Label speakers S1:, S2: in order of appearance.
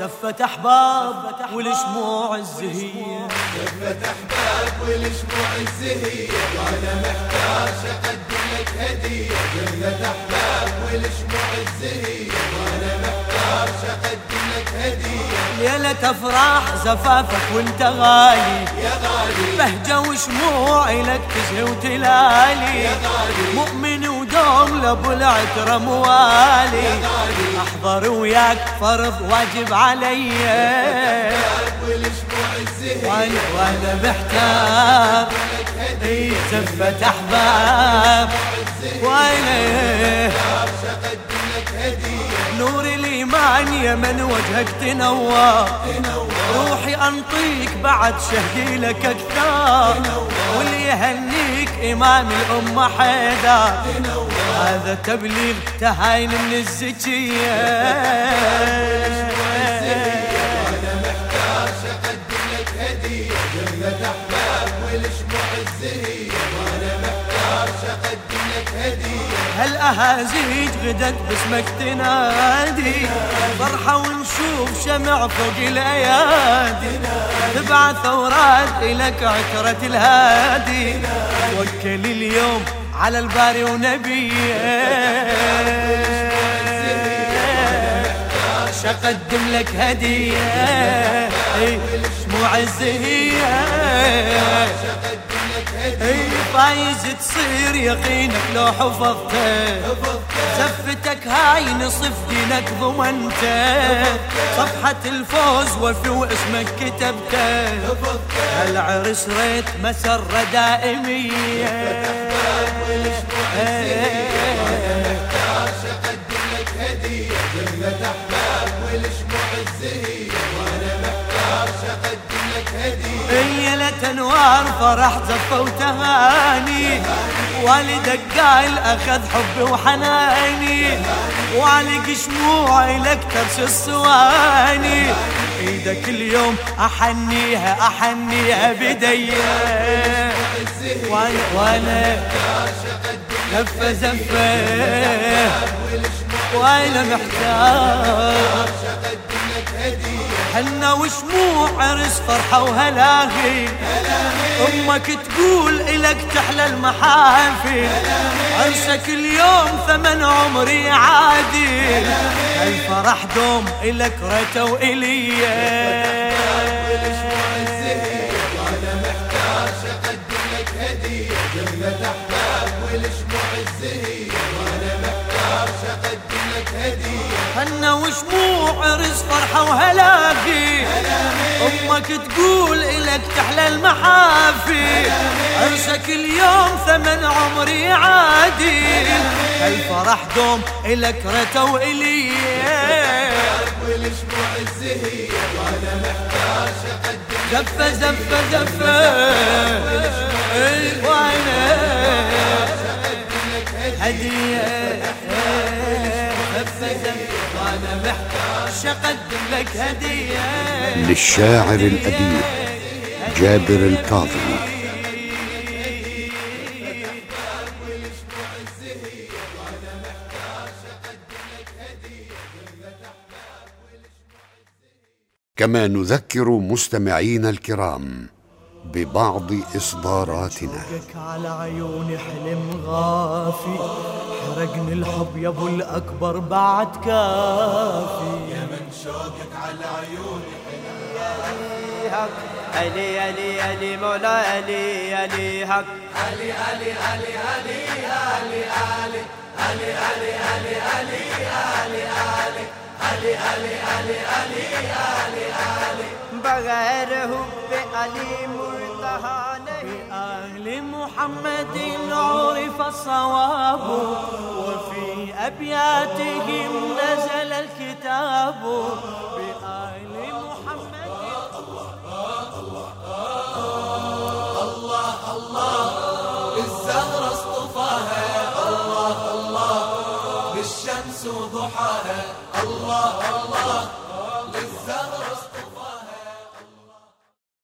S1: لفة أحباب والشموع الزهية
S2: لفة أحباب والشموع الزهية وأنا محتاج أقدم لك هدية لفة أحباب والشموع الزهية وأنا محتاج أقدم لك هدية
S1: ليلة أفراح زفافك وانت غالي
S2: يا غالي
S1: بهجة وشموع لك تزهي وتلالي مؤمن ودوم لأبو العترة موالي أحضر وياك فرض واجب علي
S2: أحباب والشموع الزهية
S1: وأنا وأنا محتار زفة أحباب وأنا
S2: أقدم لك هدية
S1: نور الإيمان يا من وجهك تنور روحي أنطيك بعد شهقي لك أكثر واللي يهنيك إمام الأمة حيدر هذا تبليغ تهاين من الزكية
S2: أقدم لك هدية لفة أحباب والشموع الزهية وأنا محتاج أقدم لك هدية
S1: هالأهازيج غدت باسمك تنادي فرحة ونشوف شمع فوق الأيادي تبع ثورات إلك عترة الهادي توكل اليوم على الباري ونبيه اقدم لك إيه، هديه إي، شموع الزهيه
S2: أقدم لك هدية
S1: اي فايز تصير يقينك لو حفظته سفتك هاي نصف دينك ضمنته صفحة الفوز وفي واسمك كتبته هالعرس ريت مسرة دائمية
S2: أقدم لك هدية جنة أحباب والشموع الزهية وأنا محتاج أقدم لك هدية
S1: هي لتنوار فرح زفة وتهاني والدك قال أخذ حبي وحناني وعلق شموعي لك ترش الصواني ايدك اليوم احنيها احنيها بدي وانا وانا لفه زفه وانا محتاج
S2: أقدم لك هدية
S1: حنا وشموع عرس فرحة وهلاهي أمك تقول إلك تحلى المحافل عرسك اليوم ثمن عمري عادي الفرح دوم إلك رتا وإلي
S2: أقدم لك هدية جنة أحباب والشموع الزهية وأنا محتاج أقدم لك هدية
S1: حنا وشموع عرس فرحة وهلاقي أمك تقول إلك تحلى المحافي عرسك اليوم ثمن عمري عادي الفرح دوم إلك رتا وإلي
S2: والشموع الزهية وأنا محتاج أقدم
S1: زفة زفة زفة إي وأنا هدية زفة زفة وأنا محتاج أقدم لك هدية
S3: للشاعر الأديب جابر الكاظمي كما نذكر مستمعينا الكرام ببعض إصداراتنا
S1: حقك على عيوني حلم غافي حرقني الحب يا ابو الاكبر بعد كافي يا من شوقك على عيوني علي علي علي مولا علي علي حق
S4: بغیر حب علی مرتہا نہیں
S1: بآل محمد عرف الصواب وفي أبياتهم نزل الكتاب بآل محمد
S2: الزهرة اصطفاها الله الله بالشمس وضحاها الله الله